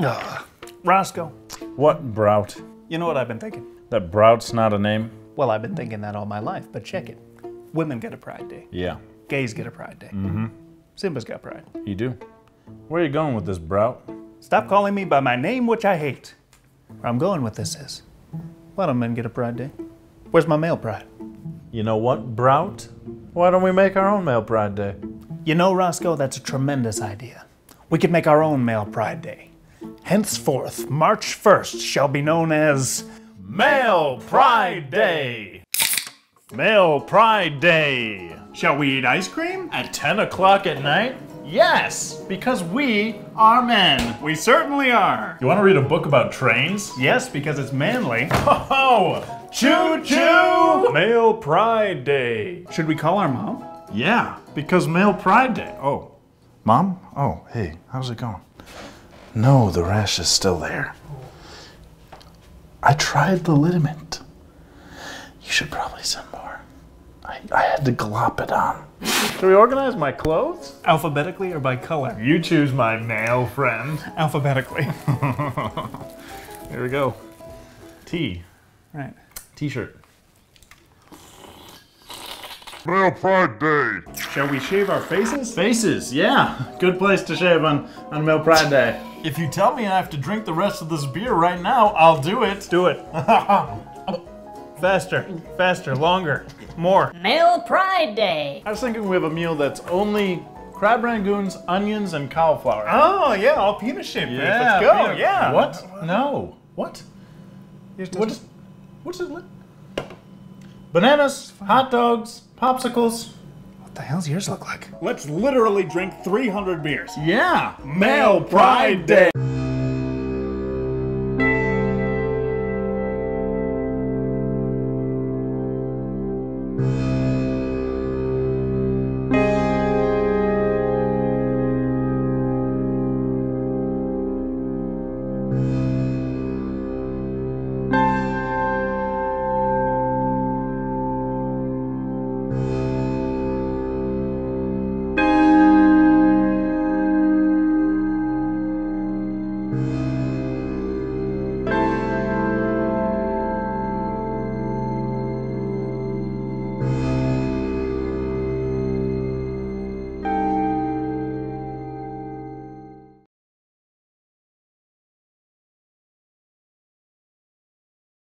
Ah, Roscoe, What Brout? you know what I've been thinking? That Brout's not a name? Well, I've been thinking that all my life, but check it. Women get a pride day. Yeah, Gays get a pride day. Simba's got pride. you do. Where are you going with this Brout? Stop calling me by my name, which I hate. Where I'm going with this is, why don't men get a pride day? Where's my male pride? You know what, Brout? Why don't we make our own Male Pride Day? You know, Roscoe, that's a tremendous idea. We could make our own male pride day. Henceforth, March 1st shall be known as Male Pride Day! Male Pride Day! Shall we eat ice cream? At 10 o'clock at night? Yes, because we are men. We certainly are. You want to read a book about trains? Yes, because it's manly. Oh! Choo choo! Male Pride Day! Should we call our mom? Yeah, because Male Pride Day. Oh. Mom? Oh, hey, how's it going? No, the rash is still there. I tried the liniment. You should probably send more. I, I had to glop it on. Should we organize my clothes? Alphabetically or by color? You choose my male friend. Alphabetically. Here we go. T. right. T shirt. Male Pride Day. Shall we shave our faces? Faces, yeah. Good place to shave on, on Male Pride Day. If you tell me I have to drink the rest of this beer right now, I'll do it. Do it. faster, faster, longer, more. Male Pride Day. I was thinking we have a meal that's only crab rangoons, onions, and cauliflower. Oh, yeah, all penis shaped. Ah, yeah. Let's go, Peter. yeah. What? No. What? What is, what's it look? Bananas, hot dogs, popsicles. What the hell's yours look like? Let's literally drink 300 beers. Yeah. Male Pride Day.